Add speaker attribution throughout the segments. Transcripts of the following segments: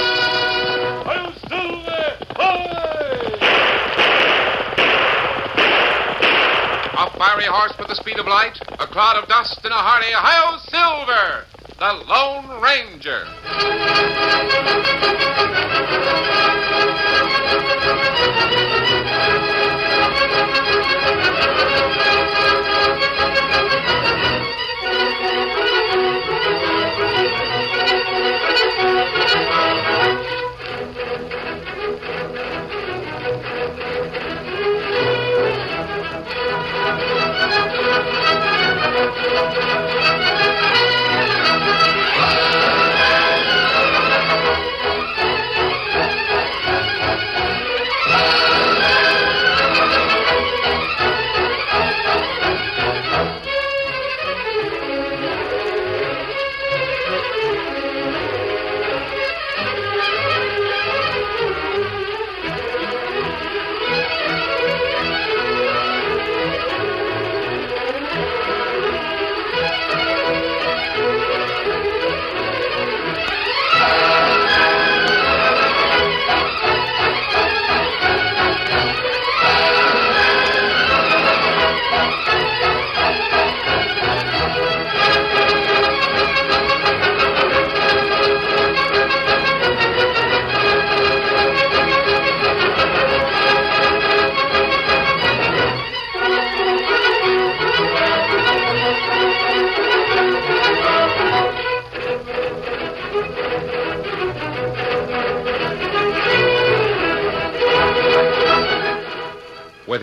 Speaker 1: Ao Silver! Away!
Speaker 2: A fiery horse with the speed of light, a cloud of dust, and a hearty Ohio Silver, the Lone Ranger. With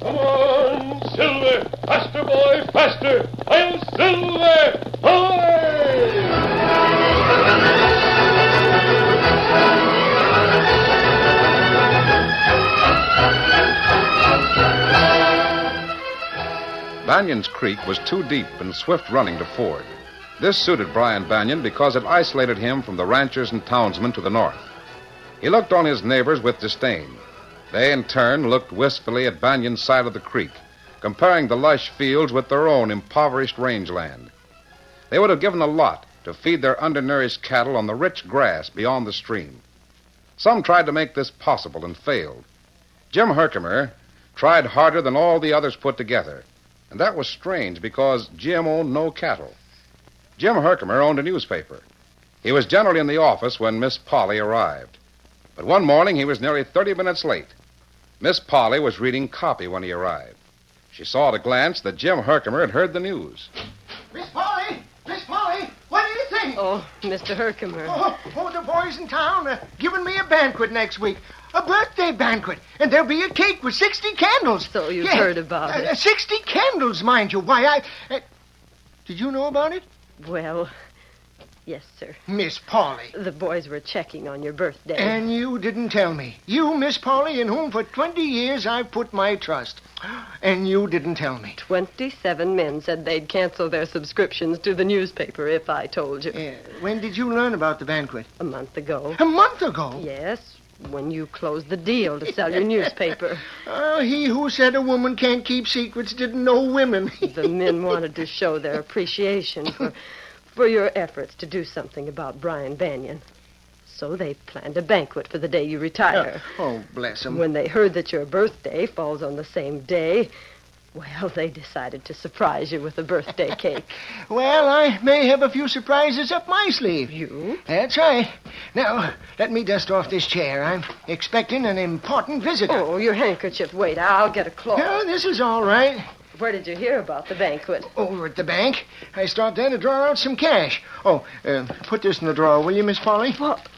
Speaker 1: Come on, Silver! Faster, boy, faster! I'll Silver! Away!
Speaker 2: Banyan's Creek was too deep and swift running to ford. This suited Brian Banyan because it isolated him from the ranchers and townsmen to the north. He looked on his neighbors with disdain. They, in turn, looked wistfully at Banyan's side of the creek, comparing the lush fields with their own impoverished rangeland. They would have given a lot to feed their undernourished cattle on the rich grass beyond the stream. Some tried to make this possible and failed. Jim Herkimer tried harder than all the others put together. And that was strange because Jim owned no cattle. Jim Herkimer owned a newspaper. He was generally in the office when Miss Polly arrived. But one morning he was nearly 30 minutes late. Miss Polly was reading copy when he arrived. She saw at a glance that Jim Herkimer had heard the news.
Speaker 3: Miss Polly! Miss Polly! What do you think? Oh,
Speaker 4: Oh, Mr. Herkimer.
Speaker 3: oh, the boys in town are giving me a banquet next week. A birthday banquet. And there'll be a cake with 60 candles.
Speaker 4: So you've heard about
Speaker 3: uh,
Speaker 4: it.
Speaker 3: uh, 60 candles, mind you. Why, I. Uh, did you know about it?
Speaker 4: Well, yes, sir.
Speaker 3: Miss Polly.
Speaker 4: The boys were checking on your birthday.
Speaker 3: And you didn't tell me. You, Miss Polly, in whom for 20 years I've put my trust. And you didn't tell me.
Speaker 4: 27 men said they'd cancel their subscriptions to the newspaper if I told you.
Speaker 3: Uh, when did you learn about the banquet?
Speaker 4: A month ago.
Speaker 3: A month ago.
Speaker 4: Yes, when you closed the deal to sell your newspaper.
Speaker 3: Oh, he who said a woman can't keep secrets didn't know women.
Speaker 4: The men wanted to show their appreciation for, for your efforts to do something about Brian Banyan. So they planned a banquet for the day you retire.
Speaker 3: Oh, bless him.
Speaker 4: When they heard that your birthday falls on the same day, well, they decided to surprise you with a birthday cake.
Speaker 3: Well, I may have a few surprises up my sleeve.
Speaker 4: You?
Speaker 3: That's right. Now, let me dust off this chair. I'm expecting an important visitor.
Speaker 4: Oh, your handkerchief. Wait, I'll get a cloth.
Speaker 3: No, this is all right.
Speaker 4: Where did you hear about the banquet?
Speaker 3: Over at the bank. I stopped there to draw out some cash. Oh, uh, put this in the drawer, will you, Miss Polly?
Speaker 4: What?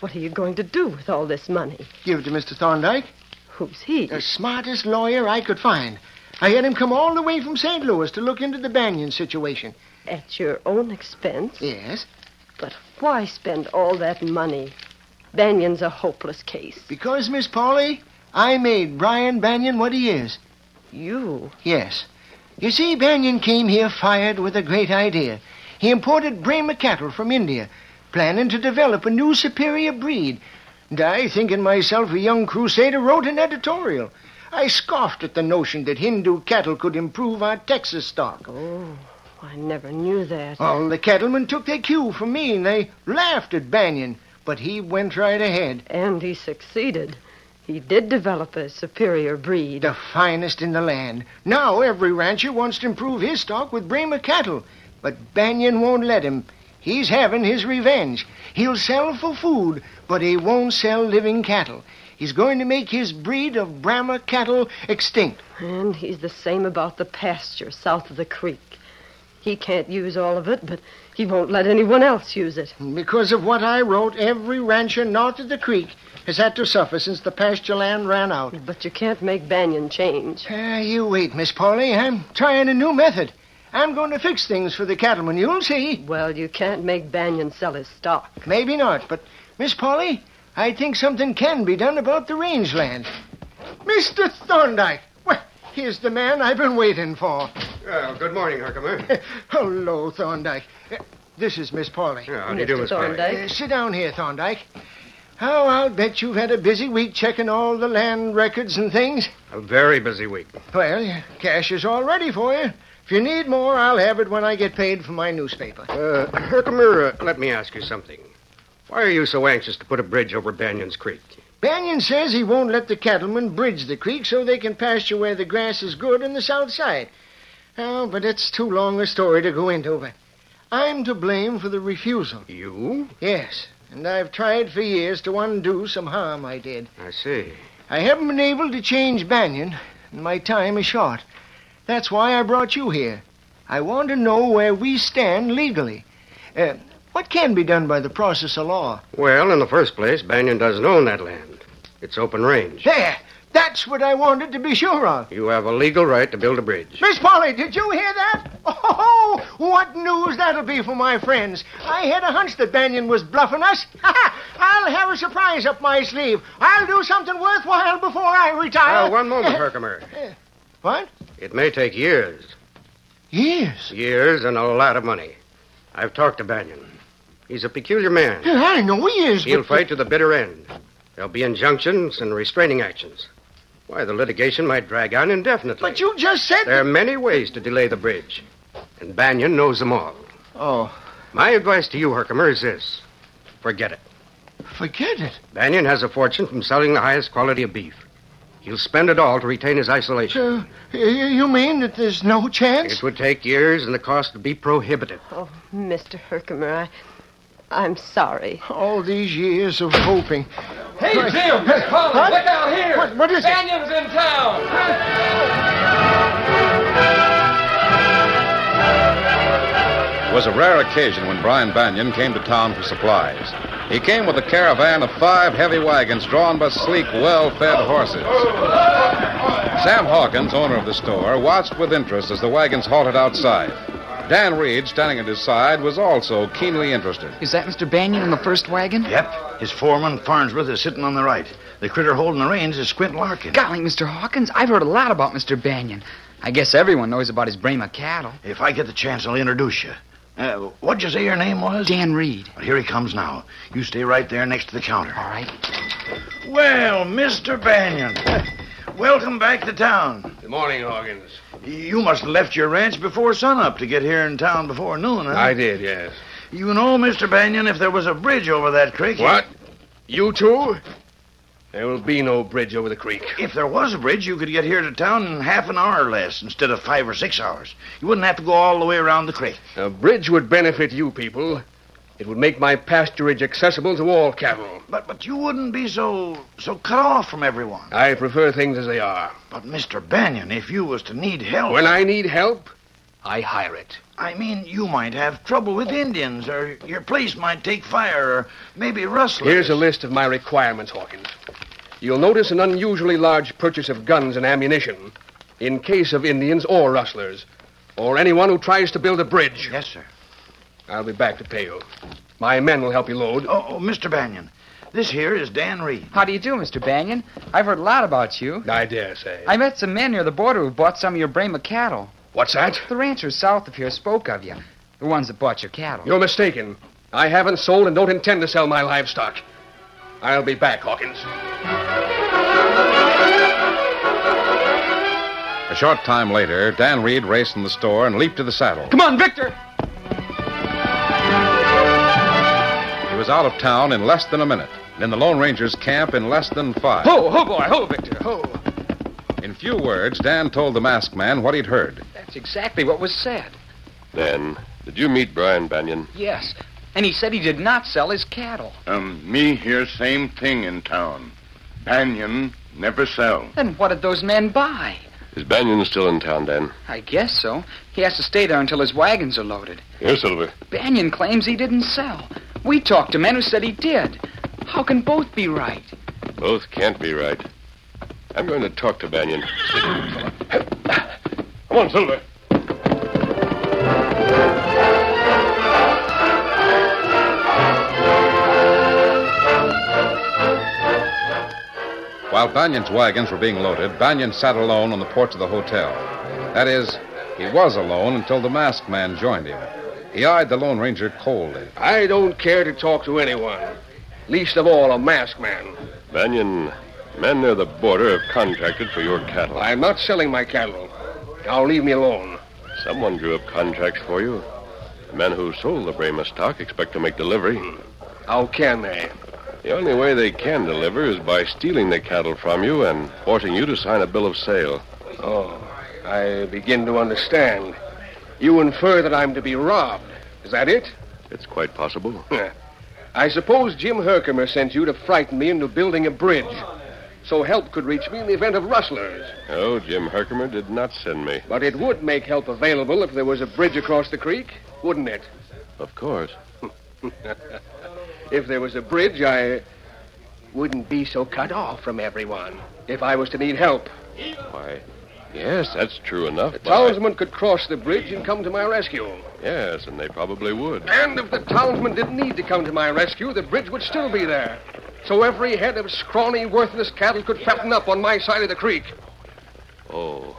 Speaker 4: What are you going to do with all this money?
Speaker 3: Give it to Mr. Thorndyke.
Speaker 4: Who's he?
Speaker 3: The smartest lawyer I could find. I had him come all the way from St. Louis to look into the Banyan situation.
Speaker 4: At your own expense?
Speaker 3: Yes,
Speaker 4: But why spend all that money? Banyan's a hopeless case.
Speaker 3: because, Miss Polly, I made Brian Banyan what he is.
Speaker 4: You?
Speaker 3: Yes. You see, Banyan came here fired with a great idea. He imported Brahma cattle from India, planning to develop a new superior breed. And I, thinking myself a young crusader, wrote an editorial. I scoffed at the notion that Hindu cattle could improve our Texas stock.
Speaker 4: Oh, I never knew that.
Speaker 3: All the cattlemen took their cue from me, and they laughed at Banyan, but he went right ahead.
Speaker 4: And he succeeded. He did develop a superior breed.
Speaker 3: The finest in the land. Now every rancher wants to improve his stock with Bremer cattle, but Banyan won't let him. He's having his revenge. He'll sell for food, but he won't sell living cattle. He's going to make his breed of Brahma cattle extinct.
Speaker 4: And he's the same about the pasture south of the creek. He can't use all of it, but he won't let anyone else use it.
Speaker 3: And Because of what I wrote, every rancher north of the creek has had to suffer since the pasture land ran out.
Speaker 4: But you can't make Banyan change.
Speaker 3: Ah, you wait, Miss Polly. I'm trying a new method. I'm going to fix things for the cattlemen. You'll see.
Speaker 4: Well, you can't make Banyan sell his stock.
Speaker 3: Maybe not, but Miss Polly, I think something can be done about the rangeland. Mr. Thorndyke, well, here's the man I've been waiting for.
Speaker 5: Well, good morning, Herkimer.
Speaker 3: Hello, Thorndyke. Uh, This is Miss Polly.
Speaker 5: Yeah, how do you do,
Speaker 4: Mr.
Speaker 5: Miss Polly?
Speaker 3: Uh,
Speaker 4: Thorndyke.
Speaker 3: sit down here, Thorndyke. How I'll bet you've had a busy week checking all the land records and things.
Speaker 5: A very busy week.
Speaker 3: Well, your cash is all ready for you. If you need more, I'll have it when I get paid for my newspaper.
Speaker 5: Uh, Herkimer, uh, let me ask you something. Why are you so anxious to put a bridge over Banyan's Creek?
Speaker 3: Banyan says he won't let the cattlemen bridge the creek so they can pasture where the grass is good on the south side. Oh, but it's too long a story to go into, but I'm to blame for the refusal.
Speaker 5: You?
Speaker 3: Yes, and I've tried for years to undo some harm I did.
Speaker 5: I see.
Speaker 3: I haven't been able to change Banyan, and my time is short. That's why I brought you here. I want to know where we stand legally. Uh, what can be done by the process of law?
Speaker 5: Well, in the first place, Banyan doesn't own that land. It's open range.
Speaker 3: There! That's what I wanted to be sure of.
Speaker 5: You have a legal right to build a bridge.
Speaker 3: Miss Polly, did you hear that? Oh, what news that'll be for my friends. I had a hunch that Banyan was bluffing us. I'll have a surprise up my sleeve. I'll do something worthwhile before I retire.
Speaker 5: Now, Uh, one moment, Herkimer.
Speaker 3: What?
Speaker 5: It may take years.
Speaker 3: Yes.
Speaker 5: Years and a lot of money. I've talked to Banyan. He's a peculiar man.
Speaker 3: I know he is.
Speaker 5: He'll
Speaker 3: but-
Speaker 5: fight to the bitter end. There'll be injunctions and restraining actions. Why, the litigation might drag on indefinitely.
Speaker 3: But you just said.
Speaker 5: There are many ways to delay the bridge, and Banyan knows them all.
Speaker 3: Oh,
Speaker 5: My advice to you, Herkimer, is this forget it.
Speaker 3: forget it.
Speaker 5: Banyan has a fortune from selling the highest quality of beef. He'll spend it all to retain his isolation.
Speaker 3: Uh, y- you mean that there's no chance?
Speaker 5: It would take years, and the cost would be prohibitive.
Speaker 4: Oh, Mr. Herkimer, I, I'm sorry.
Speaker 3: All these years of hoping.
Speaker 1: Hey, Jim! Miss Polly,
Speaker 3: Huh?
Speaker 1: look out here!
Speaker 3: What- what is it?
Speaker 1: Banyan's in town!
Speaker 2: It was a rare occasion when Brian Banyan came to town for supplies. He came with a caravan of five heavy wagons drawn by sleek, well fed horses. Sam Hawkins, owner of the store, watched with interest as the wagons halted outside. Dan Reed, standing at his side, was also keenly interested.
Speaker 6: Is that Mr. Banyan in the first wagon?
Speaker 7: Yep. His foreman, Farnsworth, is sitting on the right. The critter holding the reins is Squint Larkin.
Speaker 6: Golly, Mr. Hawkins, I've heard a lot about Mr. Banyan. I guess everyone knows about his Brahma cattle.
Speaker 7: If I get the chance, I'll introduce you. Uh, what'd you say your name was?
Speaker 6: Dan Reed.
Speaker 7: Well, Here he comes now. You stay right there next to the counter.
Speaker 6: All right.
Speaker 7: Well, Mr. Banyan, welcome back to town.
Speaker 5: Good morning, Hawkins.
Speaker 7: You must have left your ranch before sunup to get here in town before noon, huh?
Speaker 5: did, yes.
Speaker 7: You know, Mr. Banyan, if there was a bridge over that creek...
Speaker 5: What? You two? There will be no bridge over the creek.
Speaker 7: If there was a bridge, you could get here to town in half an hour or less instead of five or six hours. You wouldn't have to go all the way around the creek.
Speaker 5: A bridge would benefit you people, It would make my pasturage accessible to all cattle.
Speaker 7: But but you wouldn't be so so cut off from everyone.
Speaker 5: I prefer things as they are.
Speaker 7: But Mr. Banyan, if you was to need help,
Speaker 5: When I need help, I hire it.
Speaker 7: I mean, you might have trouble with Indians, or your place might take fire, or maybe rustlers.
Speaker 5: Here's a list of my requirements, Hawkins. You'll notice an unusually large purchase of guns and ammunition in case of Indians or rustlers, or anyone who tries to build a bridge.
Speaker 7: Yes, sir.
Speaker 5: I'll be back to pay you. My men will help you load.
Speaker 7: Oh, oh, Mr. Banyan, this here is Dan Reed.
Speaker 6: How do you do, Mr. Banyan? I've heard a lot about you.
Speaker 5: I dare say.
Speaker 6: I met some men near the border who bought some of your Brahma cattle.
Speaker 5: What's that?
Speaker 6: The ranchers south of here spoke of you. The ones that bought your cattle.
Speaker 5: You're mistaken. I haven't sold and don't intend to sell my livestock. I'll be back, Hawkins.
Speaker 2: A short time later, Dan Reed raced from the store and leaped to the saddle.
Speaker 6: Come on, Victor!
Speaker 2: He was out of town in less than a minute, and in the Lone Ranger's camp in less than five.
Speaker 5: Ho, ho, boy, ho, Victor, ho.
Speaker 2: In few words, Dan told the masked man what he'd heard.
Speaker 6: That's exactly what was said.
Speaker 8: Dan, did you meet Brian Banyan?
Speaker 6: Yes. And he said he did not sell his cattle.
Speaker 9: Um, me hear same thing in town. Banyan never sell.
Speaker 6: Then what did those men buy?
Speaker 8: Is Banyan still in town, Dan?
Speaker 6: I guess so. He has to stay there until his wagons are loaded.
Speaker 8: Here, Silver.
Speaker 6: Banyan claims he didn't sell. We talked to men who said he did. How can both be right?
Speaker 8: Both can't be right. I'm going to talk to Banyan. Come on, Silver.
Speaker 2: While Banyan's wagons were being loaded, Banyan sat alone on the porch of the hotel. That is, he was alone until the masked man joined him. He eyed the Lone Ranger coldly.
Speaker 5: I don't care to talk to anyone, least of all a masked man.
Speaker 8: Banyan, men near the border have contracted for your cattle.
Speaker 5: I'm not selling my cattle. Now leave me alone.
Speaker 8: Someone drew up contracts for you. The men who sold the Brahma stock expect to make delivery.
Speaker 5: How can they?
Speaker 8: The only way they can deliver is by stealing the cattle from you and forcing you to sign a bill of sale.
Speaker 5: Oh, I begin to understand. You infer that I'm to be robbed. Is that it?
Speaker 8: It's quite possible.
Speaker 5: I suppose Jim Herkimer sent you to frighten me into building a bridge. So help could reach me in the event of rustlers.
Speaker 8: Oh, Jim Herkimer did not send me.
Speaker 5: But it would make help available if there was a bridge across the creek, wouldn't it?
Speaker 8: Of course.
Speaker 5: If there was a bridge, I wouldn't be so cut off from everyone if I was to need help.
Speaker 8: Why, yes, that's true enough. but I-
Speaker 5: Townsmen could cross the bridge and come to my rescue.
Speaker 8: Yes, and they probably would.
Speaker 5: And if the townsmen didn't need to come to my rescue, the bridge would still be there. So every head of scrawny, worthless cattle could fatten up on my side of the creek.
Speaker 8: Oh,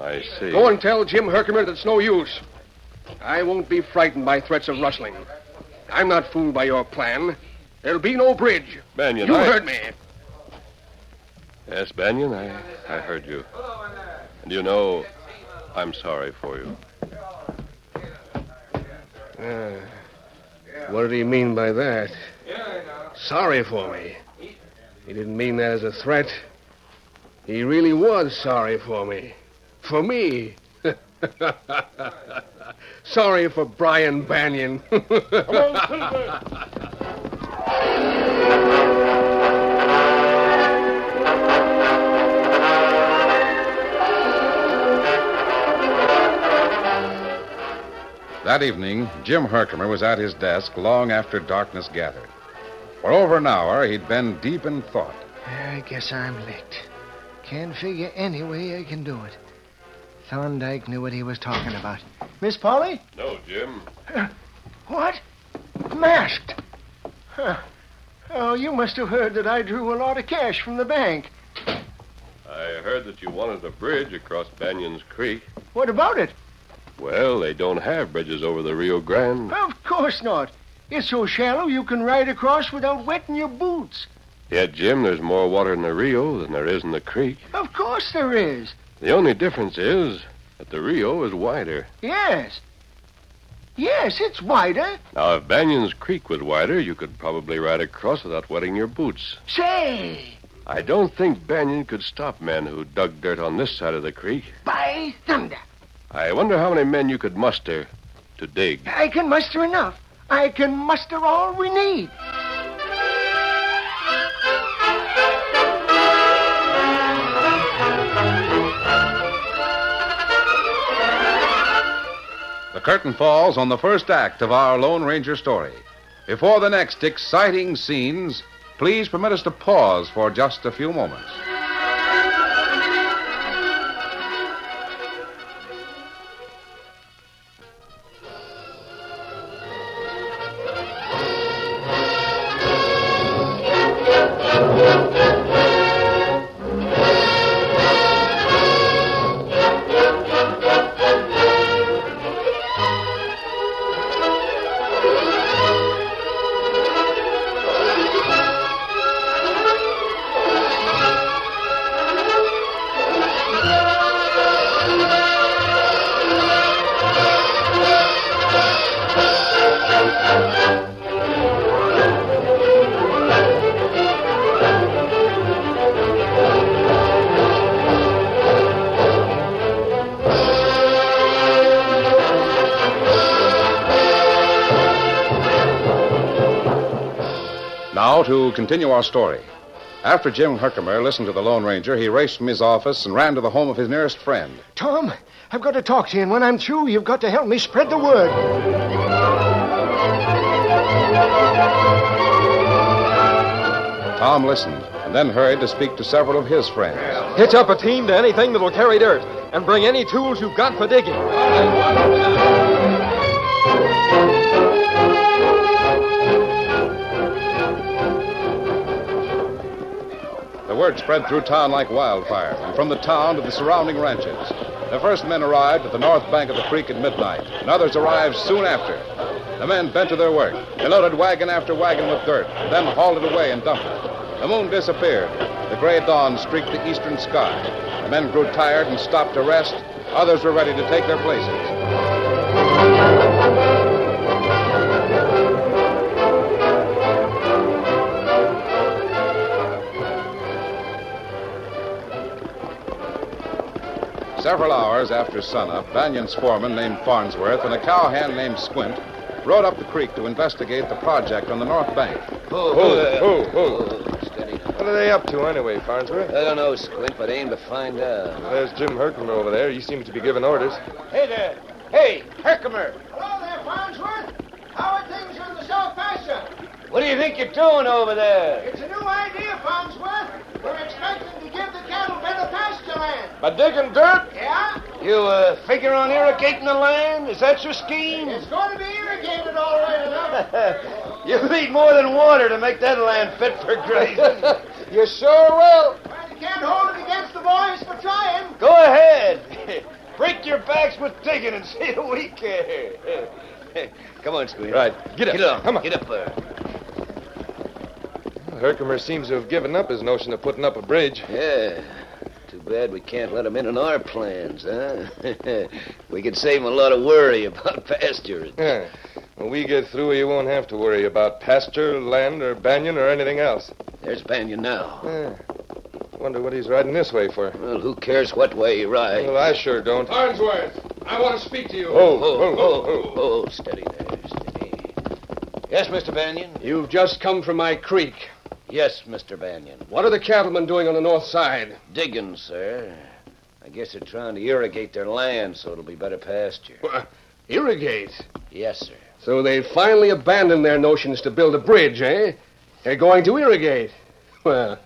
Speaker 8: I see.
Speaker 5: Go and tell Jim Herkimer that it's no use. I won't be frightened by threats of rustling. I'm not fooled by your plan. There'll be no bridge.
Speaker 8: Banyan.
Speaker 5: You
Speaker 8: I-
Speaker 5: heard me.
Speaker 8: Yes, Banyan, I, I heard you. And you know, I'm sorry for you.
Speaker 5: Uh, What did he mean by that? Sorry for me. He didn't mean that as a threat. He really was sorry for me. For me. sorry for Brian Banyan.
Speaker 2: That evening, Jim Herkimer was at his desk long after darkness gathered. For over an hour, he'd been deep in thought.
Speaker 3: I guess I'm licked. Can't figure any way I can do it. Thorndyke knew what he was talking about. Miss Polly?
Speaker 8: No, Jim.
Speaker 3: What? Masked? Huh. Oh, you must have heard that I drew a lot of cash from the bank.
Speaker 8: I heard that you wanted a bridge across Banyan's Creek.
Speaker 3: What about it?
Speaker 8: Well, they don't have bridges over the Rio Grande.
Speaker 3: Of course not. It's so shallow you can ride across without wetting your boots.
Speaker 8: Yet, Jim, there's more water in the Rio than there is in the creek.
Speaker 3: Of course there is.
Speaker 8: The only difference is that the Rio is wider.
Speaker 3: Yes. Yes, it's wider.
Speaker 8: Now, if Banyan's Creek was wider, you could probably ride across without wetting your boots.
Speaker 3: Say,
Speaker 8: I don't think Banyan could stop men who dug dirt on this side of the creek.
Speaker 3: by thunder,
Speaker 8: I wonder how many men you could muster to dig.
Speaker 3: I can muster enough. I can muster all we need.
Speaker 2: The curtain falls on the first act of our Lone Ranger story. Before the next exciting scenes, please permit us to pause for just a few moments. Now to continue our story. After Jim Herkimer listened to the Lone Ranger, he raced from his office and ran to the home of his nearest friend.
Speaker 3: Tom, I've got to talk to you, and when I'm through, you've got to help me spread the word.
Speaker 2: Tom listened and then hurried to speak to several of his friends.
Speaker 10: Hitch up a team to anything that'll carry dirt, and bring any tools you've got for digging.
Speaker 2: The word spread through town like wildfire, and from the town to the surrounding ranches. The first men arrived at the north bank of the creek at midnight, and others arrived soon after. The men bent to their work. They loaded wagon after wagon with dirt, then hauled it away and dumped it. The moon disappeared. The gray dawn streaked the eastern sky. The men grew tired and stopped to rest. Others were ready to take their places. Several hours after sunup, Banyan's foreman named Farnsworth and a cowhand named Squint rode up the creek to investigate the project on the north bank.
Speaker 11: Who,
Speaker 2: Who,
Speaker 11: who,
Speaker 10: What are they up to anyway, Farnsworth?
Speaker 11: I don't know, Squint, but aim to find out.
Speaker 10: There's Jim Herkimer over there. He seems to be giving orders.
Speaker 11: Hey there! Hey, Herkimer!
Speaker 3: Hello there, Farnsworth. How are things in the South Pasture?
Speaker 11: What do you think you're doing over there?
Speaker 3: It's a new idea, Farnsworth. We're expecting to give the cattle better pasture land.
Speaker 11: By digging dirt?
Speaker 3: Yeah?
Speaker 11: You uh, figure on irrigating the land? Is that your scheme?
Speaker 3: It's going to be irrigated all right enough.
Speaker 11: you need more than water to make that land fit for grazing. you sure will.
Speaker 3: I can't hold it against the boys for trying.
Speaker 11: Go ahead. Break your backs with digging and see who we care. Come on, Squeeze.
Speaker 10: Right, get up.
Speaker 11: Get up.
Speaker 10: Come on.
Speaker 11: Get up there.
Speaker 10: Herkimer seems to have given up his notion of putting up a bridge.
Speaker 11: Yeah. Too bad we can't let 'em in on our plans, huh? we could save 'em a lot of worry about pasture.
Speaker 10: Yeah. When we get through, you won't have to worry about pasture, land, or banyan, or anything else.
Speaker 11: There's Banyan now.
Speaker 10: Yeah. Wonder what he's riding this way for.
Speaker 11: Well, who cares what way you ride?
Speaker 10: Well, I sure don't.
Speaker 5: Farnsworth, I want to speak to you.
Speaker 10: Oh,
Speaker 11: oh,
Speaker 10: oh,
Speaker 11: oh, oh, steady there, steady. Yes, Mr. Banyan?
Speaker 5: You've just come from my creek.
Speaker 10: oh.
Speaker 11: Yes, Mr. Banyan.
Speaker 5: What are the cattlemen doing on the north side?
Speaker 11: Digging, sir. I guess they're trying to irrigate their land so it'll be better pasture.
Speaker 5: Irrigate.
Speaker 11: Yes, sir.
Speaker 5: So they finally abandoned their notions to build a bridge, eh? They're going to irrigate. Well,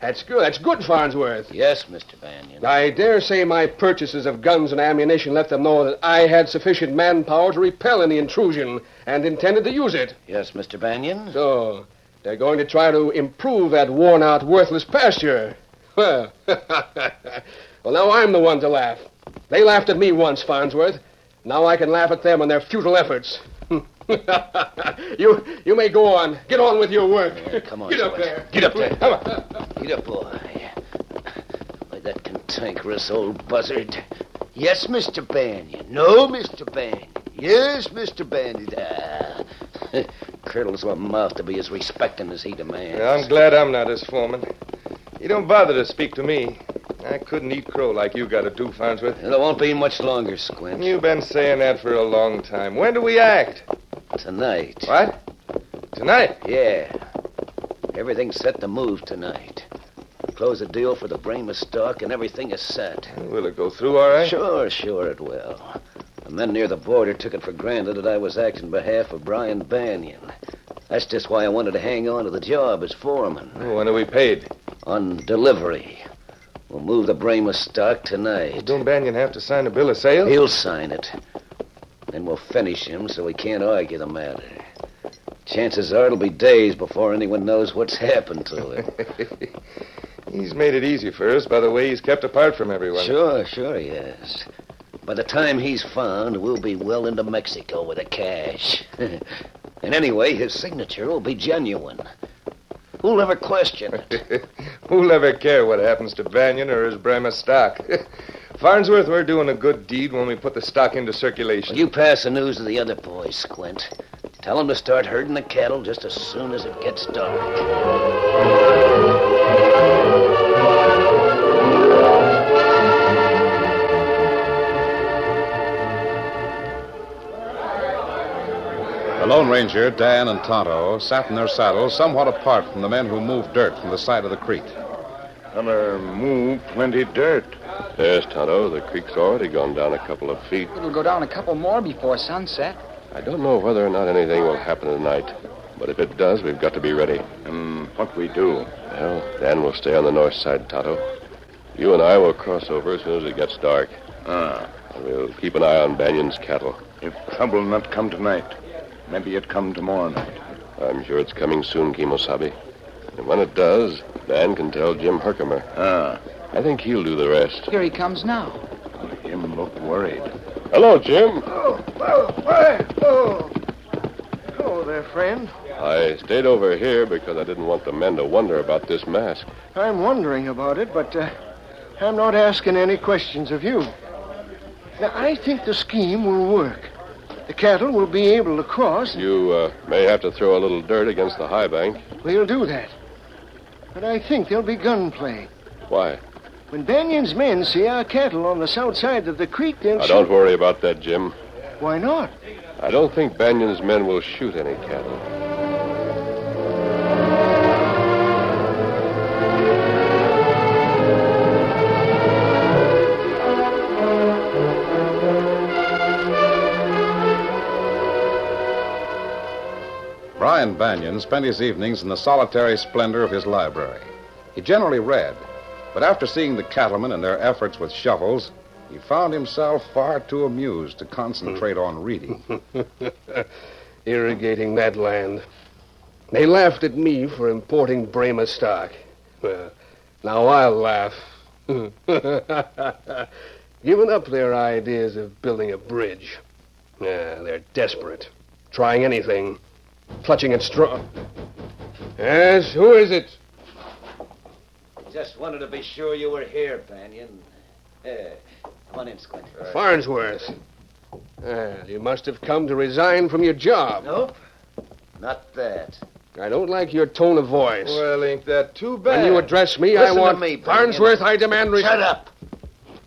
Speaker 5: that's good. That's good, Farnsworth.
Speaker 11: Yes, Mr. Banyan.
Speaker 5: I dare say my purchases of guns and ammunition let them know that I had sufficient manpower to repel any intrusion and intended to use it.
Speaker 11: Yes, Mr. Banyan.
Speaker 5: So, they're going to try to improve that worn out, worthless pasture. Well, well, now I'm the one to laugh. They laughed at me once, Farnsworth. Now I can laugh at them and their futile efforts. you, you may go on. Get on with your work.
Speaker 11: Come on,
Speaker 5: Get up
Speaker 11: Squint.
Speaker 5: there.
Speaker 11: Get up there.
Speaker 5: Come on.
Speaker 11: Get up, boy. Why, that cantankerous old buzzard. Yes, Mr. Banyan. No, Mr. Banyan. Yes, Mr. Banyan. Ah. Curdles a mouth to be as respecting as he demands.
Speaker 10: Yeah, I'm glad I'm not his foreman. You don't bother to speak to me. I couldn't eat crow like you got to do, Farnsworth.
Speaker 11: Well, There won't be much longer, Squint.
Speaker 10: You've been saying that for a long time. When do we act?
Speaker 11: Tonight.
Speaker 10: What? Tonight?
Speaker 11: Yeah. Everything's set to move tonight. Close the deal for the Bramer stock, and everything is set.
Speaker 10: Will it go through all right?
Speaker 11: Sure, sure it will. The men near the border took it for granted that I was acting on behalf of Brian Banyan. That's just why I wanted to hang on to the job as foreman.
Speaker 10: When are we paid?
Speaker 11: On delivery. We'll move the Bramer stock tonight.
Speaker 10: Don't Banyan have to sign a bill of sale?
Speaker 11: He'll sign it. Then we'll finish him so he can't argue the matter. Chances are it'll be days before anyone knows what's happened to him.
Speaker 10: He's made it easy for us by the way he's kept apart from everyone.
Speaker 11: Sure, sure he is. By the time he's found, we'll be well into Mexico with the cash. and anyway, his signature will be genuine. Who'll ever question it?
Speaker 10: Who'll ever care what happens to Banyan or his Bremer stock? Farnsworth, we're doing a good deed when we put the stock into circulation.
Speaker 11: You pass the news to the other boys, Squint. Tell them to start herding the cattle just as soon as it gets dark.
Speaker 2: The Lone Ranger, Dan, and Tonto sat in their saddles somewhat apart from the men who moved dirt from the side of the creek.
Speaker 9: Gonna move plenty dirt.
Speaker 8: Yes, Tonto, the creek's already gone down a couple of feet.
Speaker 6: It'll go down a couple more before sunset.
Speaker 8: I don't know whether or not anything will happen tonight, but if it does, we've got to be ready.
Speaker 9: And what we do?
Speaker 8: Well, Dan will stay on the north side, Tonto. You and I will cross over as soon as it gets dark.
Speaker 9: Ah.
Speaker 8: And we'll keep an eye on Banyan's cattle.
Speaker 9: If trouble not come tonight, maybe it come tomorrow night.
Speaker 8: I'm sure it's coming soon, Kimosabe. And when it does, Dan can tell Jim Herkimer.
Speaker 9: Ah.
Speaker 8: I think he'll do the rest.
Speaker 6: Here he comes now.
Speaker 9: Jim looked worried.
Speaker 8: Hello, Jim.
Speaker 3: Oh, oh, why? Oh. Hello there, friend.
Speaker 8: I stayed over here because I didn't want the men to wonder about this mask.
Speaker 3: I'm wondering about it, but uh, I'm not asking any questions of you. Now, I think the scheme will work. The cattle will be able to cross.
Speaker 8: You uh, may have to throw a little dirt against the high bank.
Speaker 3: We'll do that. But I think there'll be gunplay.
Speaker 8: Why?
Speaker 3: When Banyan's men see our cattle on the south side of the creek, they'll.
Speaker 8: Now, don't
Speaker 3: shoot-
Speaker 8: worry about that, Jim.
Speaker 3: Why not?
Speaker 8: I don't think Banyan's men will shoot any cattle.
Speaker 2: Brian Banyan spent his evenings in the solitary splendor of his library. He generally read, but after seeing the cattlemen and their efforts with shovels, he found himself far too amused to concentrate on reading.
Speaker 5: irrigating that land. They laughed at me for importing Bremer stock. Well, now I'll laugh. Giving up their ideas of building a bridge. Yeah, they're desperate. Trying anything. Clutching at straw. Yes, who is it?
Speaker 11: Just wanted to be sure you were here, Banyan. Eh, come on in, Squint.
Speaker 5: Uh, Farnsworth. Ah, you must have come to resign from your job.
Speaker 11: Nope. Not that.
Speaker 5: I don't like your tone of voice.
Speaker 10: Well, ain't that too bad?
Speaker 5: When you address me,
Speaker 11: Listen
Speaker 5: I want.
Speaker 11: to me, Banyan.
Speaker 5: Farnsworth, I demand res-
Speaker 11: Shut up.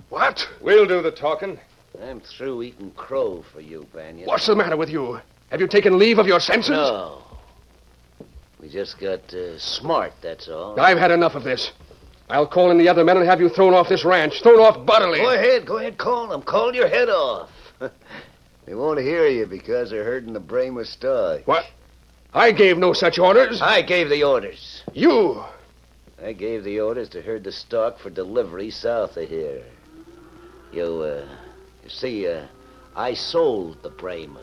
Speaker 5: What?
Speaker 10: We'll do the talking.
Speaker 11: I'm through eating crow for you, Banyan.
Speaker 5: What's the matter with you? Have you taken leave of your senses?
Speaker 11: No. We just got uh, smart, that's all.
Speaker 5: I've had enough of this. I'll call in the other men and have you thrown off this ranch, thrown off bodily.
Speaker 11: Go ahead, go ahead, call them. Call your head off. they won't hear you because they're herding the Bramer stock.
Speaker 5: What? I gave no such orders.
Speaker 11: I gave the orders.
Speaker 5: You.
Speaker 11: I gave the orders to herd the stock for delivery south of here. You, uh, you see, uh, I sold the Bramer.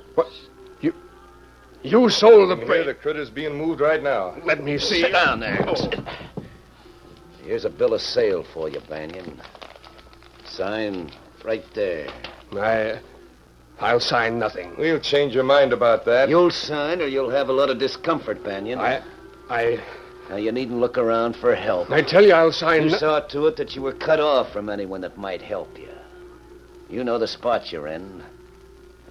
Speaker 5: You sold the
Speaker 10: You can hear
Speaker 5: brain.
Speaker 10: the critter's being moved right now.
Speaker 5: Let me see.
Speaker 11: Sit down there. Here's a bill of sale for you, Banyan. Sign right there.
Speaker 5: I. I'll sign nothing.
Speaker 10: We'll change your mind about that.
Speaker 11: You'll sign or you'll have a lot of discomfort, Banyan.
Speaker 5: I. I.
Speaker 11: Now, you needn't look around for help.
Speaker 5: I tell you, I'll sign.
Speaker 11: You
Speaker 5: no-
Speaker 11: saw to it that you were cut off from anyone that might help you. You know the spot you're in.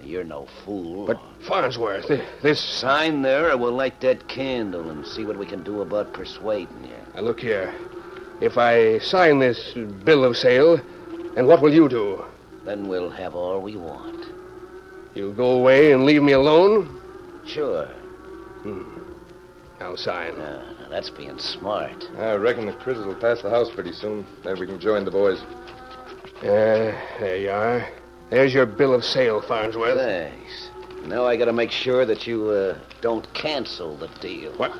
Speaker 11: You're no fool.
Speaker 5: But Farnsworth, thi- this.
Speaker 11: sign there, or we'll light that candle and see what we can do about persuading you.
Speaker 5: Now, look here. If I sign this bill of sale, and what will you do?
Speaker 11: Then we'll have all we want.
Speaker 5: You go away and leave me alone?
Speaker 11: Sure.
Speaker 5: Now sign.
Speaker 11: Uh, that's being smart.
Speaker 10: I reckon the critters will pass the house pretty soon. Then we can join the boys.
Speaker 5: Yeah, Uh, there you are. There's your bill of sale, Farnsworth.
Speaker 11: Thanks. Now I gotta make sure that you uh, don't cancel the deal. What?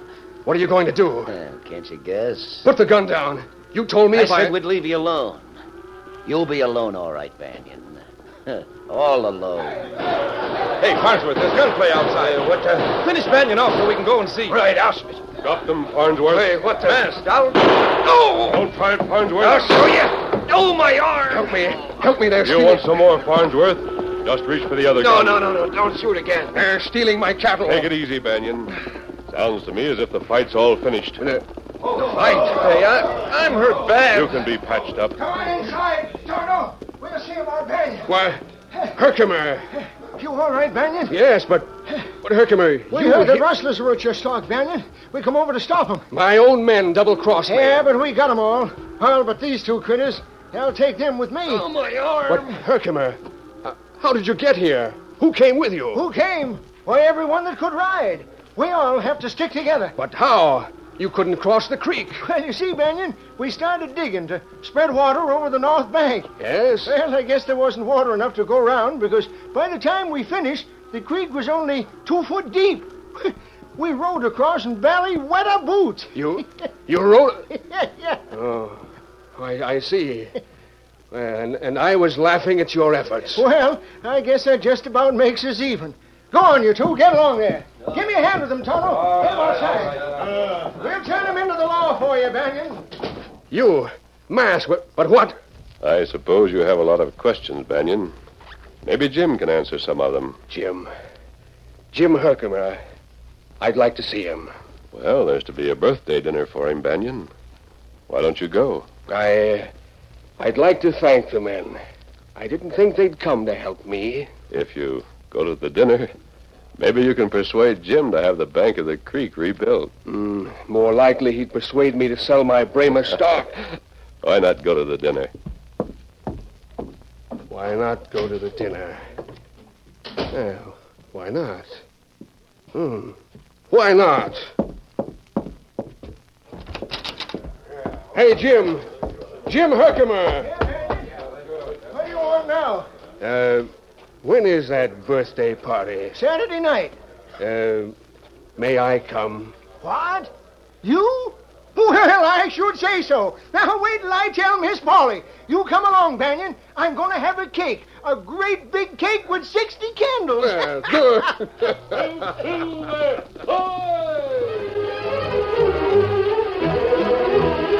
Speaker 5: What are you going to do?
Speaker 11: can't you guess?
Speaker 5: Put the gun down. You told me
Speaker 11: I
Speaker 5: if I
Speaker 11: said we'd leave you alone. You'll be alone, all right, Banyan. all alone.
Speaker 10: Hey, Farnsworth, there's gunplay outside. what the? Finish Banyan off so we can go and see.
Speaker 5: Right, I'll shoot.
Speaker 10: Drop them, Farnsworth.
Speaker 5: Hey, what the?
Speaker 10: Fast,
Speaker 5: I'll...
Speaker 10: No! Don't try it, Farnsworth.
Speaker 5: I'll show you. Oh, my arm. Help me. Help me there,
Speaker 8: You
Speaker 5: Steele.
Speaker 8: want some more, Farnsworth? Just reach for the other
Speaker 5: No,
Speaker 8: gun.
Speaker 5: no, no, no. Don't shoot again. They're stealing my cattle.
Speaker 8: Take it easy, Banyan. Sounds to me as if the fight's all finished. You
Speaker 5: Fight. Hey, I, I'm hurt bad.
Speaker 8: can be patched up.
Speaker 3: on inside, Toto. We'll see about Banyan.
Speaker 5: Why, Herkimer.
Speaker 3: You all right, Banyan?
Speaker 5: Yes, but... But, Herkimer,
Speaker 3: We
Speaker 5: you...
Speaker 3: heard the
Speaker 5: hit-
Speaker 3: rustlers were at your stock, Banyan. We come over to stop them.
Speaker 5: My own men double-crossed me.
Speaker 3: Yeah, but we got 'em all. All but these two critters. They'll take them with me.
Speaker 5: Oh, my arm. But, Herkimer, uh, how did you get here? Who came with you?
Speaker 3: Who came? Why, everyone that could ride. We all have to stick together.
Speaker 5: But how? You couldn't cross the creek.
Speaker 3: Well, you see, Banyan, we started digging to spread water over the north bank.
Speaker 5: Yes?
Speaker 3: Well, I guess there wasn't water enough to go round because by the time we finished, the creek was only two foot deep. We rode across and barely wet our boots.
Speaker 5: You... You rode...
Speaker 3: yeah, yeah.
Speaker 5: Oh, I, I see. And, and I was laughing at your efforts.
Speaker 3: Well, I guess that just about makes us even. Go on, you two. Get along there. Give me a hand with them, Toto. Get 'em outside. we'll turn them into the law for you, Banyan.
Speaker 5: You, Mass, but, but what?
Speaker 8: I suppose you have a lot of questions, Banyan. Maybe Jim can answer some of them.
Speaker 5: Jim. Jim Herkimer. I'd like to see him.
Speaker 8: Well, there's to be a birthday dinner for him, Banyan. Why don't you go?
Speaker 5: I. I'd like to thank the men. I didn't think they'd come to help me.
Speaker 8: If you go to the dinner, maybe you can persuade Jim to have the bank of the creek rebuilt.
Speaker 5: Hmm, more likely he'd persuade me to sell my Bremer stock.
Speaker 8: Why not go to the dinner?
Speaker 5: Why not go to the dinner? Well, why not? Hmm. Why not? Hey, Jim. Jim Herkimer.
Speaker 3: What do you want now?
Speaker 5: Uh, when is that birthday party?
Speaker 3: Saturday night.
Speaker 5: Uh, may I come?
Speaker 3: What? You? Well, I should say so. Now, wait till I tell Miss Polly. You come along, Banyan. I'm going to have a cake. A great big cake with 60 candles.
Speaker 5: Well, good.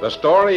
Speaker 2: The story